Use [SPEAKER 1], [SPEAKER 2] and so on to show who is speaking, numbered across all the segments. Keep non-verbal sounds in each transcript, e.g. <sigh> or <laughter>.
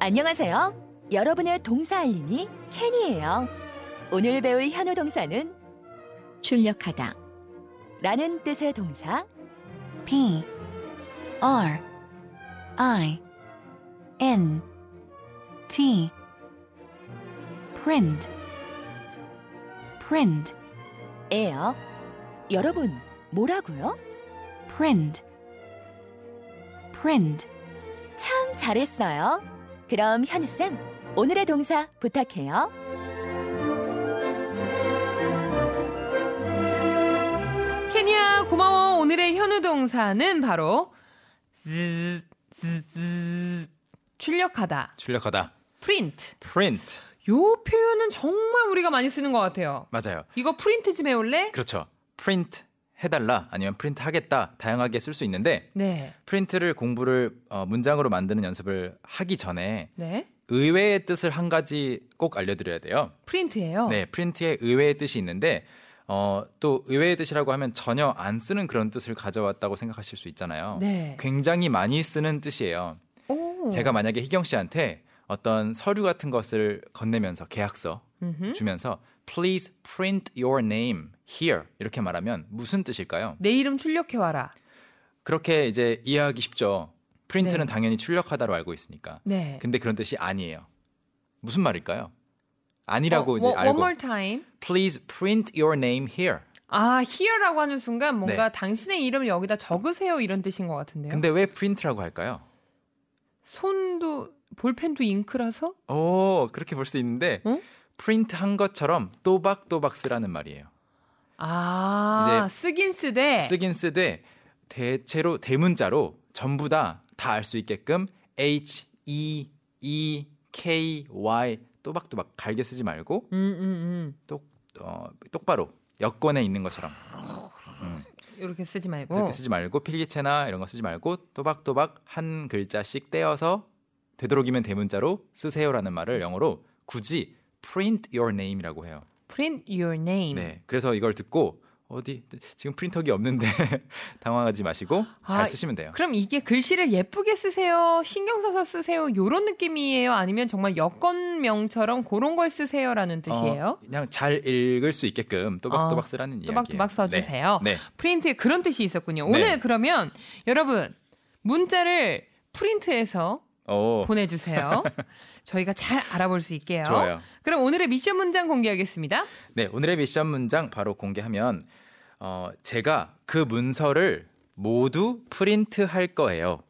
[SPEAKER 1] 안녕하세요. 여러분의 동사 알림이 캔이에요. 오늘 배울 현우 동사는
[SPEAKER 2] 출력하다
[SPEAKER 1] 라는 뜻의 동사
[SPEAKER 2] P R I N T print print
[SPEAKER 1] 예요. 여러분, 뭐라고요?
[SPEAKER 2] print print
[SPEAKER 1] 참 잘했어요. 그럼 현우쌤, 오늘의 동사 부탁해요.
[SPEAKER 3] 케냐 고마워 오늘의 현우 동사는 바로 zzz, zzz, 출력하다
[SPEAKER 4] 출력하다.
[SPEAKER 3] 프린트
[SPEAKER 4] 프린트.
[SPEAKER 3] 요 표현은 정말 우리가 많이 쓰는 것 같아요
[SPEAKER 4] 맞아요.
[SPEAKER 3] 이거 프린트 좀 해올래?
[SPEAKER 4] 그렇죠. 프린트 해달라 아니면 프린트 하겠다 다양하게 쓸 수 있는데
[SPEAKER 3] 네
[SPEAKER 4] 프린트를 공부를 어, 문장으로 만드는 연습을 하기 전에
[SPEAKER 3] 네.
[SPEAKER 4] 의외의 뜻을 한 가지 꼭 알려드려야 돼요.
[SPEAKER 3] 프린트예요
[SPEAKER 4] 네, 프린트에 의외의 뜻이 있는데 어, 또 의외의 뜻이라고 하면 전혀 안 쓰는 그런 뜻을 가져왔다고 생각하실 수 있잖아요.
[SPEAKER 3] 네. 어.
[SPEAKER 4] 굉장히 많이 쓰는 뜻이에요.
[SPEAKER 3] 오.
[SPEAKER 4] 그 제가 만약에 희경 씨한테 어떤 서류 같은 것을 건네면서 계약서
[SPEAKER 3] 음흠.
[SPEAKER 4] 주면서 please print your name here 이렇게 말하면 무슨 뜻일까요?
[SPEAKER 3] 내 이름 출력해와라
[SPEAKER 4] 그렇게 이제 이해하기 쉽죠. 프린트는
[SPEAKER 3] 네.
[SPEAKER 4] 당연히 출력하다로 알고 있으니까.
[SPEAKER 3] 네
[SPEAKER 4] 근데 그런 뜻이 아니에요. 무슨 말일까요? 아니라고
[SPEAKER 3] 어,
[SPEAKER 4] 이제
[SPEAKER 3] 워-
[SPEAKER 4] 알고
[SPEAKER 3] One more time
[SPEAKER 4] please print your name here.
[SPEAKER 3] 아 here라고 하는 순간 뭔가 당신의 이름을 여기다 적으세요 이런 뜻인 것 같은데요
[SPEAKER 4] 네. 근데 왜 프린트라고 할까요?
[SPEAKER 3] 손도 볼펜도 잉크라서
[SPEAKER 4] 오, 그렇게 볼 수 있는데
[SPEAKER 3] 응?
[SPEAKER 4] 프린트 한 것처럼 또박또박 쓰라는 말이에요.
[SPEAKER 3] 아
[SPEAKER 4] 이제
[SPEAKER 3] 쓰긴 쓰되
[SPEAKER 4] 쓰긴 쓰되 대체로 대문자로 전부 다 다 알 수 있게끔 H E E K Y 또박또박 갈게 쓰지 말고
[SPEAKER 3] 음, 음,
[SPEAKER 4] 똑 어, 똑바로 여권에 있는 것처럼
[SPEAKER 3] 음. 이렇게 쓰지 말고.
[SPEAKER 4] 그렇게 쓰지 말고 필기체나 이런 거 쓰지 말고 또박또박 한 글자씩 떼어서 되도록이면 대문자로 쓰세요라는 말을 영어로 굳이 print your name이라고 해요.
[SPEAKER 3] Print your name.
[SPEAKER 4] 네, 그래서 이걸 듣고 어디 지금 프린터기 없는데 <laughs> 당황하지 마시고 잘
[SPEAKER 3] 아,
[SPEAKER 4] 쓰시면 돼요.
[SPEAKER 3] 그럼 이게 글씨를 예쁘게 쓰세요, 신경 써서 쓰세요, 요런 느낌이에요? 아니면 정말 여건명처럼 그런 걸 쓰세요라는 뜻이에요?
[SPEAKER 4] 어, 그냥 잘 읽을 수 있게끔 또박또박
[SPEAKER 3] 어,
[SPEAKER 4] 쓰라는 이야기예요.
[SPEAKER 3] 또박또박 써주세요.
[SPEAKER 4] 네. 네.
[SPEAKER 3] 프린트에 그런 뜻이 있었군요. 오늘
[SPEAKER 4] 네.
[SPEAKER 3] 그러면 여러분, 문자를 프린트해서
[SPEAKER 4] 오, <laughs>
[SPEAKER 3] 보내주세요. 저희가 잘 알아볼 수 있게요.
[SPEAKER 4] 어, 좋아요.
[SPEAKER 3] 그럼 오늘의 미션 문장 공개하겠습니다.
[SPEAKER 4] 네, 오늘의 미션 문장 바로 공개하면 어, 제가 그 문서를 모두 프린트할 거예요.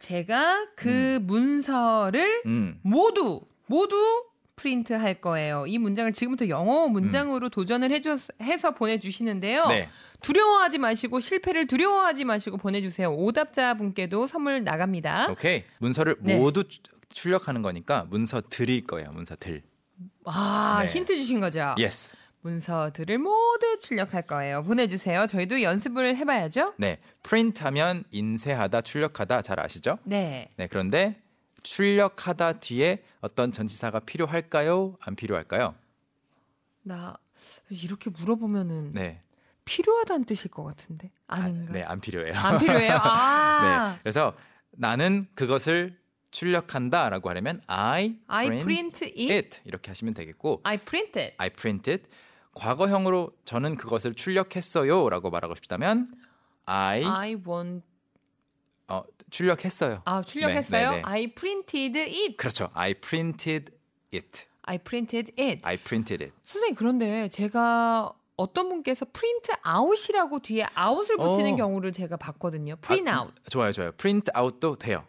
[SPEAKER 3] 제가 그 문서를
[SPEAKER 4] 음.
[SPEAKER 3] 모두 모두 프린트 할 거예요. 이 문장을 지금부터 영어 문장으로 도전을 해줘, 해서 보내주시는데요.
[SPEAKER 4] 음. 네.
[SPEAKER 3] 두려워하지 마시고 실패를 두려워하지 마시고 보내주세요. 오답자 분께도 선물 나갑니다.
[SPEAKER 4] 오케이. 문서를
[SPEAKER 3] 어? 네.
[SPEAKER 4] 모두 추- 출력하는 거니까 문서 드릴 거예요. 문서 들.
[SPEAKER 3] 아
[SPEAKER 4] 네.
[SPEAKER 3] 힌트 주신 거죠.
[SPEAKER 4] 예스.
[SPEAKER 3] 문서들을 모두 출력할 거예요. 보내주세요. 저희도 연습을 해봐야죠.
[SPEAKER 4] 네. 프린트하면 인쇄하다, 출력하다 잘 아시죠?
[SPEAKER 3] 네.
[SPEAKER 4] 네, 그런데 출력하다 뒤에 어떤 전치사가 필요할까요? 안 필요할까요?
[SPEAKER 3] 나 이렇게 물어보면은
[SPEAKER 4] 네.
[SPEAKER 3] 필요하다는 뜻일 것 같은데
[SPEAKER 4] 아,
[SPEAKER 3] 아닌가?
[SPEAKER 4] 네, 안 필요해요.
[SPEAKER 3] 안
[SPEAKER 4] <laughs>
[SPEAKER 3] 필요해요. 아,
[SPEAKER 4] 네. 그래서 나는 그것을 출력한다라고 하려면 I,
[SPEAKER 3] I
[SPEAKER 4] print,
[SPEAKER 3] print it. 아.
[SPEAKER 4] it 이렇게 하시면 되겠고
[SPEAKER 3] I print it.
[SPEAKER 4] I printed 과거형으로 저는 그것을 출력했어요라고 말하고 싶다면 I
[SPEAKER 3] I want
[SPEAKER 4] 어, 출력했어요.
[SPEAKER 3] 아 출력했어요.
[SPEAKER 4] 네, 네, 네.
[SPEAKER 3] I printed it.
[SPEAKER 4] 그렇죠. I printed it.
[SPEAKER 3] I printed it.
[SPEAKER 4] I printed it.
[SPEAKER 3] 선생님 그런데 제가 어떤 분께서 프린트 아웃이라고 뒤에 아웃을 붙이는
[SPEAKER 4] 어.
[SPEAKER 3] 경우를 제가 봤거든요. 프린
[SPEAKER 4] 아,
[SPEAKER 3] 아웃.
[SPEAKER 4] 좋아요, 좋아요. print out도 돼요.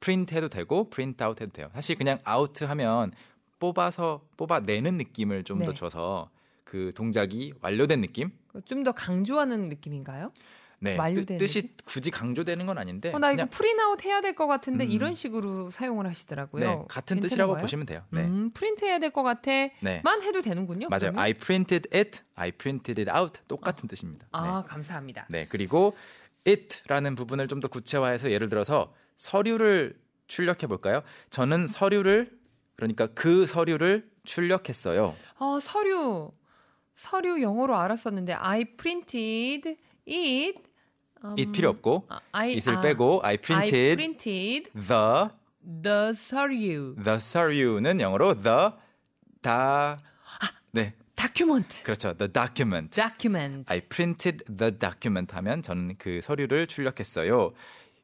[SPEAKER 4] print 해도 되고 print out 해도 돼요. 사실 그냥 out 하면 뽑아서 뽑아내는 느낌을 좀 더
[SPEAKER 3] 네.
[SPEAKER 4] 줘서 그 동작이 완료된 느낌?
[SPEAKER 3] 좀 더 강조하는 느낌인가요?
[SPEAKER 4] 네,
[SPEAKER 3] 완료되는
[SPEAKER 4] 뜻- 뜻이 굳이 강조되는 건 아닌데
[SPEAKER 3] 어, 나 이거
[SPEAKER 4] 네, 그냥
[SPEAKER 3] 프린 아웃 해야 될 것 같은데
[SPEAKER 4] 음.
[SPEAKER 3] 이런 식으로 사용을 하시더라고요.
[SPEAKER 4] 네, 같은
[SPEAKER 3] 괜찮은
[SPEAKER 4] 뜻이라고
[SPEAKER 3] 거예요?
[SPEAKER 4] 보시면 돼요. 네.
[SPEAKER 3] 음, 프린트 해야 될 것 같아만
[SPEAKER 4] 네.
[SPEAKER 3] 해도 되는군요.
[SPEAKER 4] 맞아요.
[SPEAKER 3] 그러면?
[SPEAKER 4] I printed it, I printed it out 똑같은 뜻입니다.
[SPEAKER 3] 아 감사합니다.
[SPEAKER 4] 네. 네, 그리고 it라는 부분을 좀 더 구체화해서 예를 들어서 서류를 출력해 볼까요? 저는 서류를 그러니까 그 서류를 출력했어요.
[SPEAKER 3] 어, 서류 서류 영어로 알았었는데 I printed it. 음,
[SPEAKER 4] it 필요 없고
[SPEAKER 3] 아, I,
[SPEAKER 4] it을
[SPEAKER 3] 아,
[SPEAKER 4] 빼고 I
[SPEAKER 3] I
[SPEAKER 4] printed
[SPEAKER 3] printed
[SPEAKER 4] the
[SPEAKER 3] the 서류,
[SPEAKER 4] The 서류는 영어로 the 다
[SPEAKER 3] 아.
[SPEAKER 4] 네,
[SPEAKER 3] document,
[SPEAKER 4] 그렇죠. The document.
[SPEAKER 3] document.
[SPEAKER 4] I printed the document 하면 저는 그 서류를 출력했어요.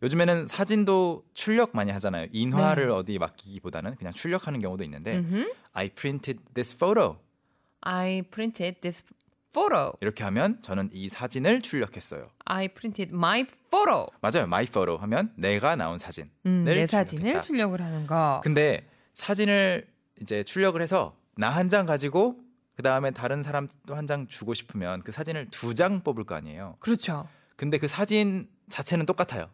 [SPEAKER 4] 요즘에는 사진도 출력 많이 하잖아요. 인화를 어디 맡기기보다는 그냥 출력하는 경우도 있는데
[SPEAKER 3] 음흠.
[SPEAKER 4] I printed this photo
[SPEAKER 3] Mm-hmm. I printed this photo.
[SPEAKER 4] 이렇게 하면 저는 이 사진을 출력했어요.
[SPEAKER 3] I printed my photo.
[SPEAKER 4] 맞아요. my photo 하면 내가 나온 사진을
[SPEAKER 3] 음, 내
[SPEAKER 4] 출력했다.
[SPEAKER 3] 사진을 출력을 하는 거.
[SPEAKER 4] 근데 사진을 이제 출력을 해서 나 한 장 가지고 그 다음에 다른 사람 또 한 장 주고 싶으면 그 사진을 두 장 뽑을 거 아니에요.
[SPEAKER 3] 그렇죠.
[SPEAKER 4] 근데 그 사진 자체는 똑같아요.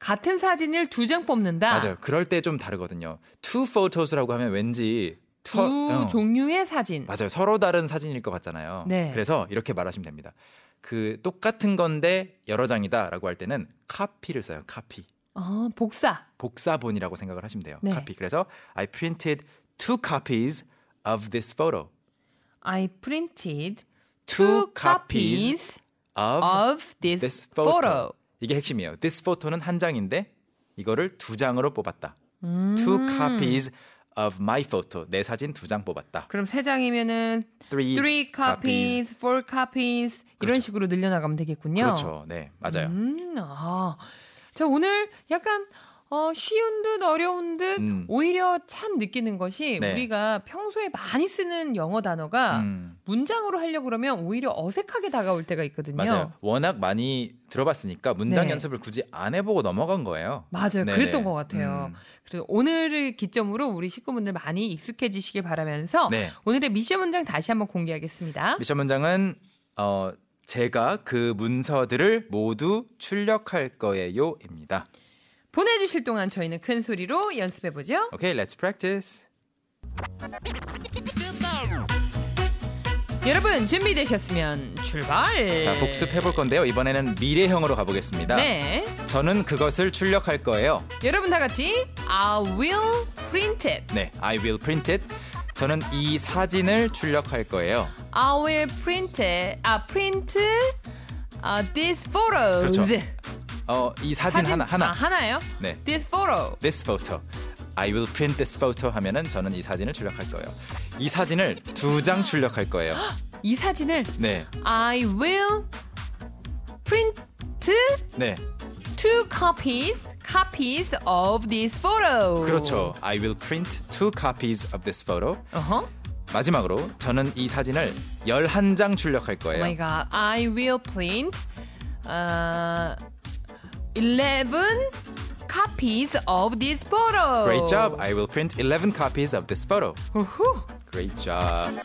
[SPEAKER 3] 같은 사진을 두 장 뽑는다.
[SPEAKER 4] 맞아요. 그럴 때 좀 다르거든요. Two photos라고 하면 왠지
[SPEAKER 3] 두
[SPEAKER 4] 서- 어,
[SPEAKER 3] 종류의 사진.
[SPEAKER 4] 맞아요. 서로 다른 사진일 것 같잖아요.
[SPEAKER 3] 네.
[SPEAKER 4] 그래서 이렇게 말하시면 됩니다. 그 똑같은 건데 여러 장이다라고 할 때는 카피를 써요. 카피.
[SPEAKER 3] 어, 복사.
[SPEAKER 4] 복사본이라고 생각을 하시면 돼요.
[SPEAKER 3] 네.
[SPEAKER 4] 카피. 그래서 I printed two copies of this photo.
[SPEAKER 3] I printed
[SPEAKER 4] Two
[SPEAKER 3] two
[SPEAKER 4] copies
[SPEAKER 3] copies
[SPEAKER 4] of,
[SPEAKER 3] of this,
[SPEAKER 4] this photo.
[SPEAKER 3] photo.
[SPEAKER 4] 이게 핵심이에요. This photo는 한 장인데 이거를 두 장으로 뽑았다.
[SPEAKER 3] 음.
[SPEAKER 4] Two copies of my photo. 내 사진 두 장 뽑았다.
[SPEAKER 3] 그럼 세 장이면은
[SPEAKER 4] Three,
[SPEAKER 3] three copies, four copies
[SPEAKER 4] 그렇죠.
[SPEAKER 3] 이런 식으로 늘려나가면 되겠군요.
[SPEAKER 4] 그렇죠. 네, 맞아요.
[SPEAKER 3] 음, 아. 자, 오늘 약간 어, 쉬운 듯 어려운 듯
[SPEAKER 4] 음.
[SPEAKER 3] 오히려 참 느끼는 것이
[SPEAKER 4] 네.
[SPEAKER 3] 우리가 평소에 많이 쓰는 영어 단어가
[SPEAKER 4] 음,
[SPEAKER 3] 문장으로 하려고 그러면 오히려 어색하게 다가올 때가 있거든요.
[SPEAKER 4] 맞아요. 워낙 많이 들어봤으니까 문장
[SPEAKER 3] 네.
[SPEAKER 4] 연습을 굳이 안 해보고 넘어간 거예요.
[SPEAKER 3] 맞아요.
[SPEAKER 4] 네네.
[SPEAKER 3] 그랬던 것 같아요.
[SPEAKER 4] 음.
[SPEAKER 3] 그래서 오늘을 기점으로 우리 식구분들 많이 익숙해지시길 바라면서
[SPEAKER 4] 네.
[SPEAKER 3] 오늘의 미션 문장 다시 한번 공개하겠습니다.
[SPEAKER 4] 미션 문장은 어, 제가 그 문서들을 모두 출력할 거예요입니다.
[SPEAKER 3] 보내주실 동안 저희는 큰 소리로 연습해보죠.
[SPEAKER 4] 오케이, let's practice.
[SPEAKER 3] 여러분 준비되셨으면 출발.
[SPEAKER 4] 자, 복습해 볼 건데요. 이번에는 미래형으로 가보겠습니다.
[SPEAKER 3] 네.
[SPEAKER 4] 저는 그것을 출력할 거예요.
[SPEAKER 3] 여러분 다 같이 I will print it.
[SPEAKER 4] 네, I will print it. 저는 이 사진을 출력할 거예요.
[SPEAKER 3] I will print it. 아 print 아, these photos.
[SPEAKER 4] 그렇죠. 어, 이 사진, 하나 하나.
[SPEAKER 3] 아, 하나요?
[SPEAKER 4] 네.
[SPEAKER 3] This photo.
[SPEAKER 4] This photo. I will print this photo 하면은 저는 이 사진을 출력할 거예요. 이 사진을 두 장
[SPEAKER 3] <gasps>
[SPEAKER 4] 출력할 거예요.
[SPEAKER 3] 이 사진을
[SPEAKER 4] 네.
[SPEAKER 3] I will print
[SPEAKER 4] 네.
[SPEAKER 3] two copies copies of this photo.
[SPEAKER 4] 그렇죠. I will print two copies of this photo.
[SPEAKER 3] 어허.
[SPEAKER 4] 마지막으로 저는 이 사진을 11장 출력할
[SPEAKER 3] Oh my
[SPEAKER 4] 거예요.
[SPEAKER 3] god. I will print uh, 11 copies of this photo.
[SPEAKER 4] Great job. I will print 11 copies of this photo.
[SPEAKER 3] 우후.
[SPEAKER 4] Great job.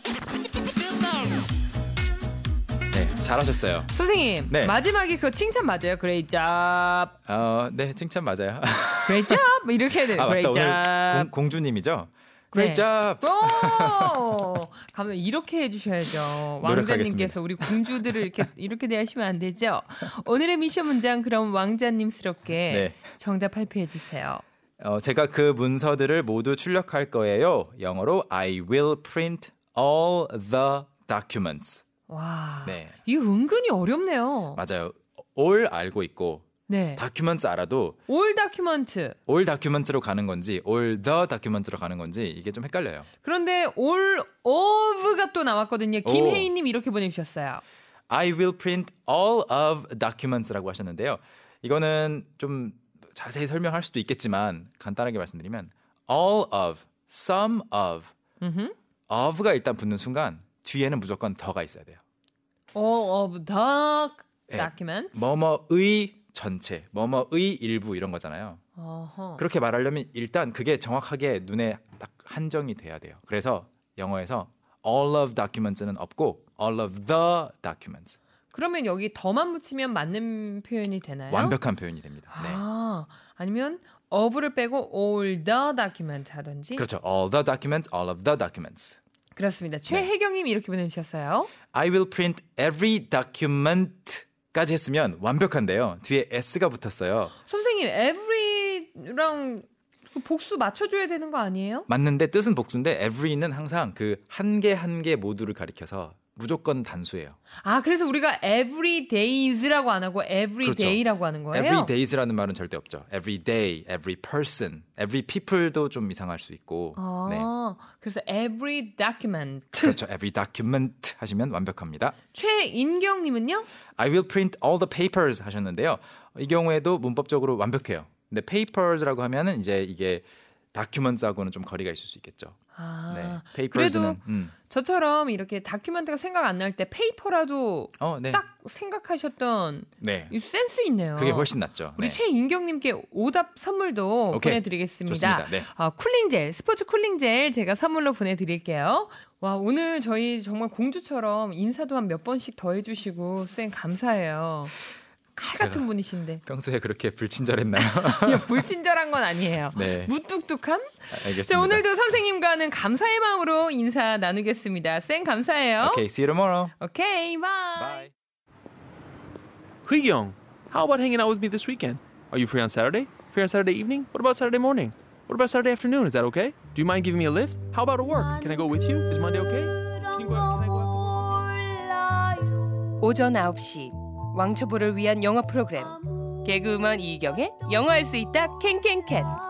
[SPEAKER 4] 네, 잘하셨어요.
[SPEAKER 3] 선생님,
[SPEAKER 4] 네.
[SPEAKER 3] 마지막에 그거 칭찬 맞아요. Great job.
[SPEAKER 4] 어, 네, 칭찬 맞아요.
[SPEAKER 3] Great job. 이렇게 해야 돼요.
[SPEAKER 4] <laughs> 아, 맞다.
[SPEAKER 3] Great
[SPEAKER 4] 오늘
[SPEAKER 3] job.
[SPEAKER 4] 공, 주님이죠 Great
[SPEAKER 3] 네.
[SPEAKER 4] job.
[SPEAKER 3] 오! 가면 이렇게 해주셔야죠.
[SPEAKER 4] 노력하겠습니다.
[SPEAKER 3] 왕자님께서 우리 공주들을 이렇게 이렇게 대하시면 안 되죠. 오늘의 미션 문장 그럼 왕자님스럽게
[SPEAKER 4] 네.
[SPEAKER 3] 정답 발표해 주세요.
[SPEAKER 4] 어, 제가 그 문서들을 모두 출력할 거예요. 영어로 I will print all the documents.
[SPEAKER 3] 와,
[SPEAKER 4] 네.
[SPEAKER 3] 이 은근히 어렵네요.
[SPEAKER 4] 맞아요. all 알고 있고
[SPEAKER 3] 네,
[SPEAKER 4] documents 알아도
[SPEAKER 3] 올 다큐먼트.
[SPEAKER 4] all documents로 가는 건지 all the documents로 가는 건지 이게 좀 헷갈려요.
[SPEAKER 3] 그런데 올 오브가 또 나왔거든요.
[SPEAKER 4] 오.
[SPEAKER 3] 김혜인님 이렇게 보내주셨어요.
[SPEAKER 4] I will print all of documents라고 하셨는데요. 이거는 좀 자세히 설명할 수도 있겠지만 간단하게 말씀드리면 all of, some of,
[SPEAKER 3] 음흠.
[SPEAKER 4] of가 일단 붙는 순간 뒤에는 무조건 더가 있어야 돼요.
[SPEAKER 3] All of the
[SPEAKER 4] 네.
[SPEAKER 3] documents.
[SPEAKER 4] 뭐뭐의 전체, 뭐뭐의 일부 이런 거잖아요.
[SPEAKER 3] 어허.
[SPEAKER 4] 그렇게 말하려면 일단 그게 정확하게 눈에 딱 한정이 돼야 돼요. 그래서 영어에서 all of documents는 없고 all of the documents
[SPEAKER 3] 그러면 여기 더만 붙이면 맞는 표현이 되나요?
[SPEAKER 4] 완벽한 표현이 됩니다. 네.
[SPEAKER 3] 아, 아니면 of를 빼고 all the document 하든지.
[SPEAKER 4] 그렇죠. 네. All the documents, all of the documents.
[SPEAKER 3] 렇습니다 최혜경님 이렇게 보내주셨어요.
[SPEAKER 4] I will print every document까지 했으면 완벽한데요. 뒤에 s가 붙었어요.
[SPEAKER 3] 선생님 every랑 그 복수 맞춰줘야 되는 거 아니에요?
[SPEAKER 4] 맞는데 뜻은 복수인데 every는 항상 그 한 개 한 개 모두를 가리켜서 무조건 단수예요.
[SPEAKER 3] 아, 그래서 우리가 every days라고 안 하고 every
[SPEAKER 4] 그렇죠.
[SPEAKER 3] day라고 하는 거예요?
[SPEAKER 4] every days라는 말은 절대 없죠. every day, every person, every people도 좀 이상할 수 있고.
[SPEAKER 3] 아,
[SPEAKER 4] 네.
[SPEAKER 3] 그래서 every document.
[SPEAKER 4] 그렇죠. every document 하시면 완벽합니다.
[SPEAKER 3] 최인경 님은요?
[SPEAKER 4] I will print all the papers 하셨는데요. 이 경우에도 문법적으로 완벽해요. 근데 papers라고 하면은 이제 이게 documents하고는 좀 거리가 있을 수 있겠죠.
[SPEAKER 3] 아.
[SPEAKER 4] 네.
[SPEAKER 3] 그래도
[SPEAKER 4] papers는 음.
[SPEAKER 3] 저처럼 이렇게 다큐멘트가 생각 안 날 때 페이퍼라도
[SPEAKER 4] 어, 네.
[SPEAKER 3] 딱 생각하셨던
[SPEAKER 4] 네.
[SPEAKER 3] 이 센스 있네요.
[SPEAKER 4] 그게 훨씬 낫죠.
[SPEAKER 3] 우리
[SPEAKER 4] 네.
[SPEAKER 3] 최인경님께 오답 선물도
[SPEAKER 4] 오케이.
[SPEAKER 3] 보내드리겠습니다.
[SPEAKER 4] 좋습니다. 네.
[SPEAKER 3] 아, 쿨링젤, 스포츠 쿨링젤 제가 선물로 보내드릴게요. 와, 오늘 저희 정말 공주처럼 인사도 한 몇 번씩 더 해주시고, 쌤 감사해요. 칼
[SPEAKER 4] 제가-
[SPEAKER 3] 같은
[SPEAKER 4] <laughs>
[SPEAKER 3] 분이신데.
[SPEAKER 4] 평소에 그렇게 불친절했나요?
[SPEAKER 3] <laughs> 그냥 불친절한 건 아니에요.
[SPEAKER 4] 네.
[SPEAKER 3] 무뚝뚝함?
[SPEAKER 4] 알겠습니다.
[SPEAKER 3] 뭐, 자, 오늘도 선생님과는 감사의 마음으로 인사 나누겠습니다. 쌤 감사해요.
[SPEAKER 4] Okay, see you tomorrow.
[SPEAKER 3] 오케이, 바이.
[SPEAKER 4] Bye.
[SPEAKER 5] Young, how about hanging out with me this weekend? Are you free on Saturday? Free on Saturday evening? What about Saturday morning? What about Saturday afternoon? Is that okay? Do you mind giving me a lift? How about at work? Can I go with you? Is Monday okay? Can you go out? Can I go out?
[SPEAKER 6] 오전 9시 왕초보를 위한 영어 프로그램 개그우먼 이경의 영어할 수 있다 캔캔캔